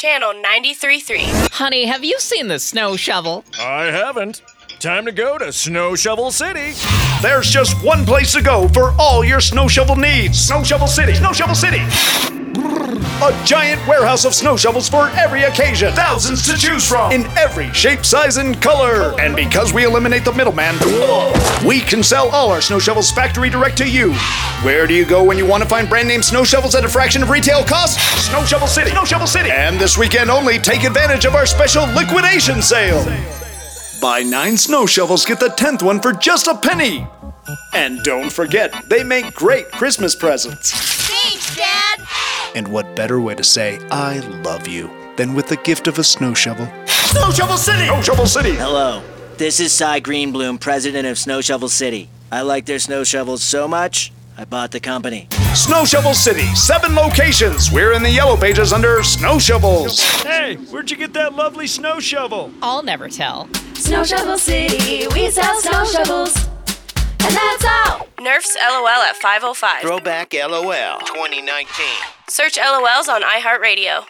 Channel 93.3. Honey, have you seen the snow shovel? I haven't. Time to go to Snow Shovel City. There's just one place to go for all your snow shovel needs. Snow Shovel City. Snow Shovel City. A giant warehouse of snow shovels for every occasion. Thousands to choose from. In every shape, size, and color. And because we eliminate the middleman, we can sell all our snow shovels factory direct to you. Where do you go when you want to find brand name snow shovels at a fraction of retail cost? Snow Shovel City. Snow Shovel City. And this weekend only, take advantage of our special liquidation sale. Buy nine snow shovels, get the tenth one for just a penny. And don't forget, they make great Christmas presents. Thanks, Dad. And what better way to say I love you than with the gift of a snow shovel? Snow Shovel City! Snow Shovel City! Hello, this is Cy Greenbloom, president of Snow Shovel City. I like their snow shovels so much, I bought the company. Snow Shovel City, seven locations. We're in the yellow pages under snow shovels. Hey, where'd you get that lovely snow shovel? I'll never tell. Snow Shovel City, we sell snow shovels. And that's all. Nerf's LOL at 505. Throwback LOL 2019. Search LOLs on iHeartRadio.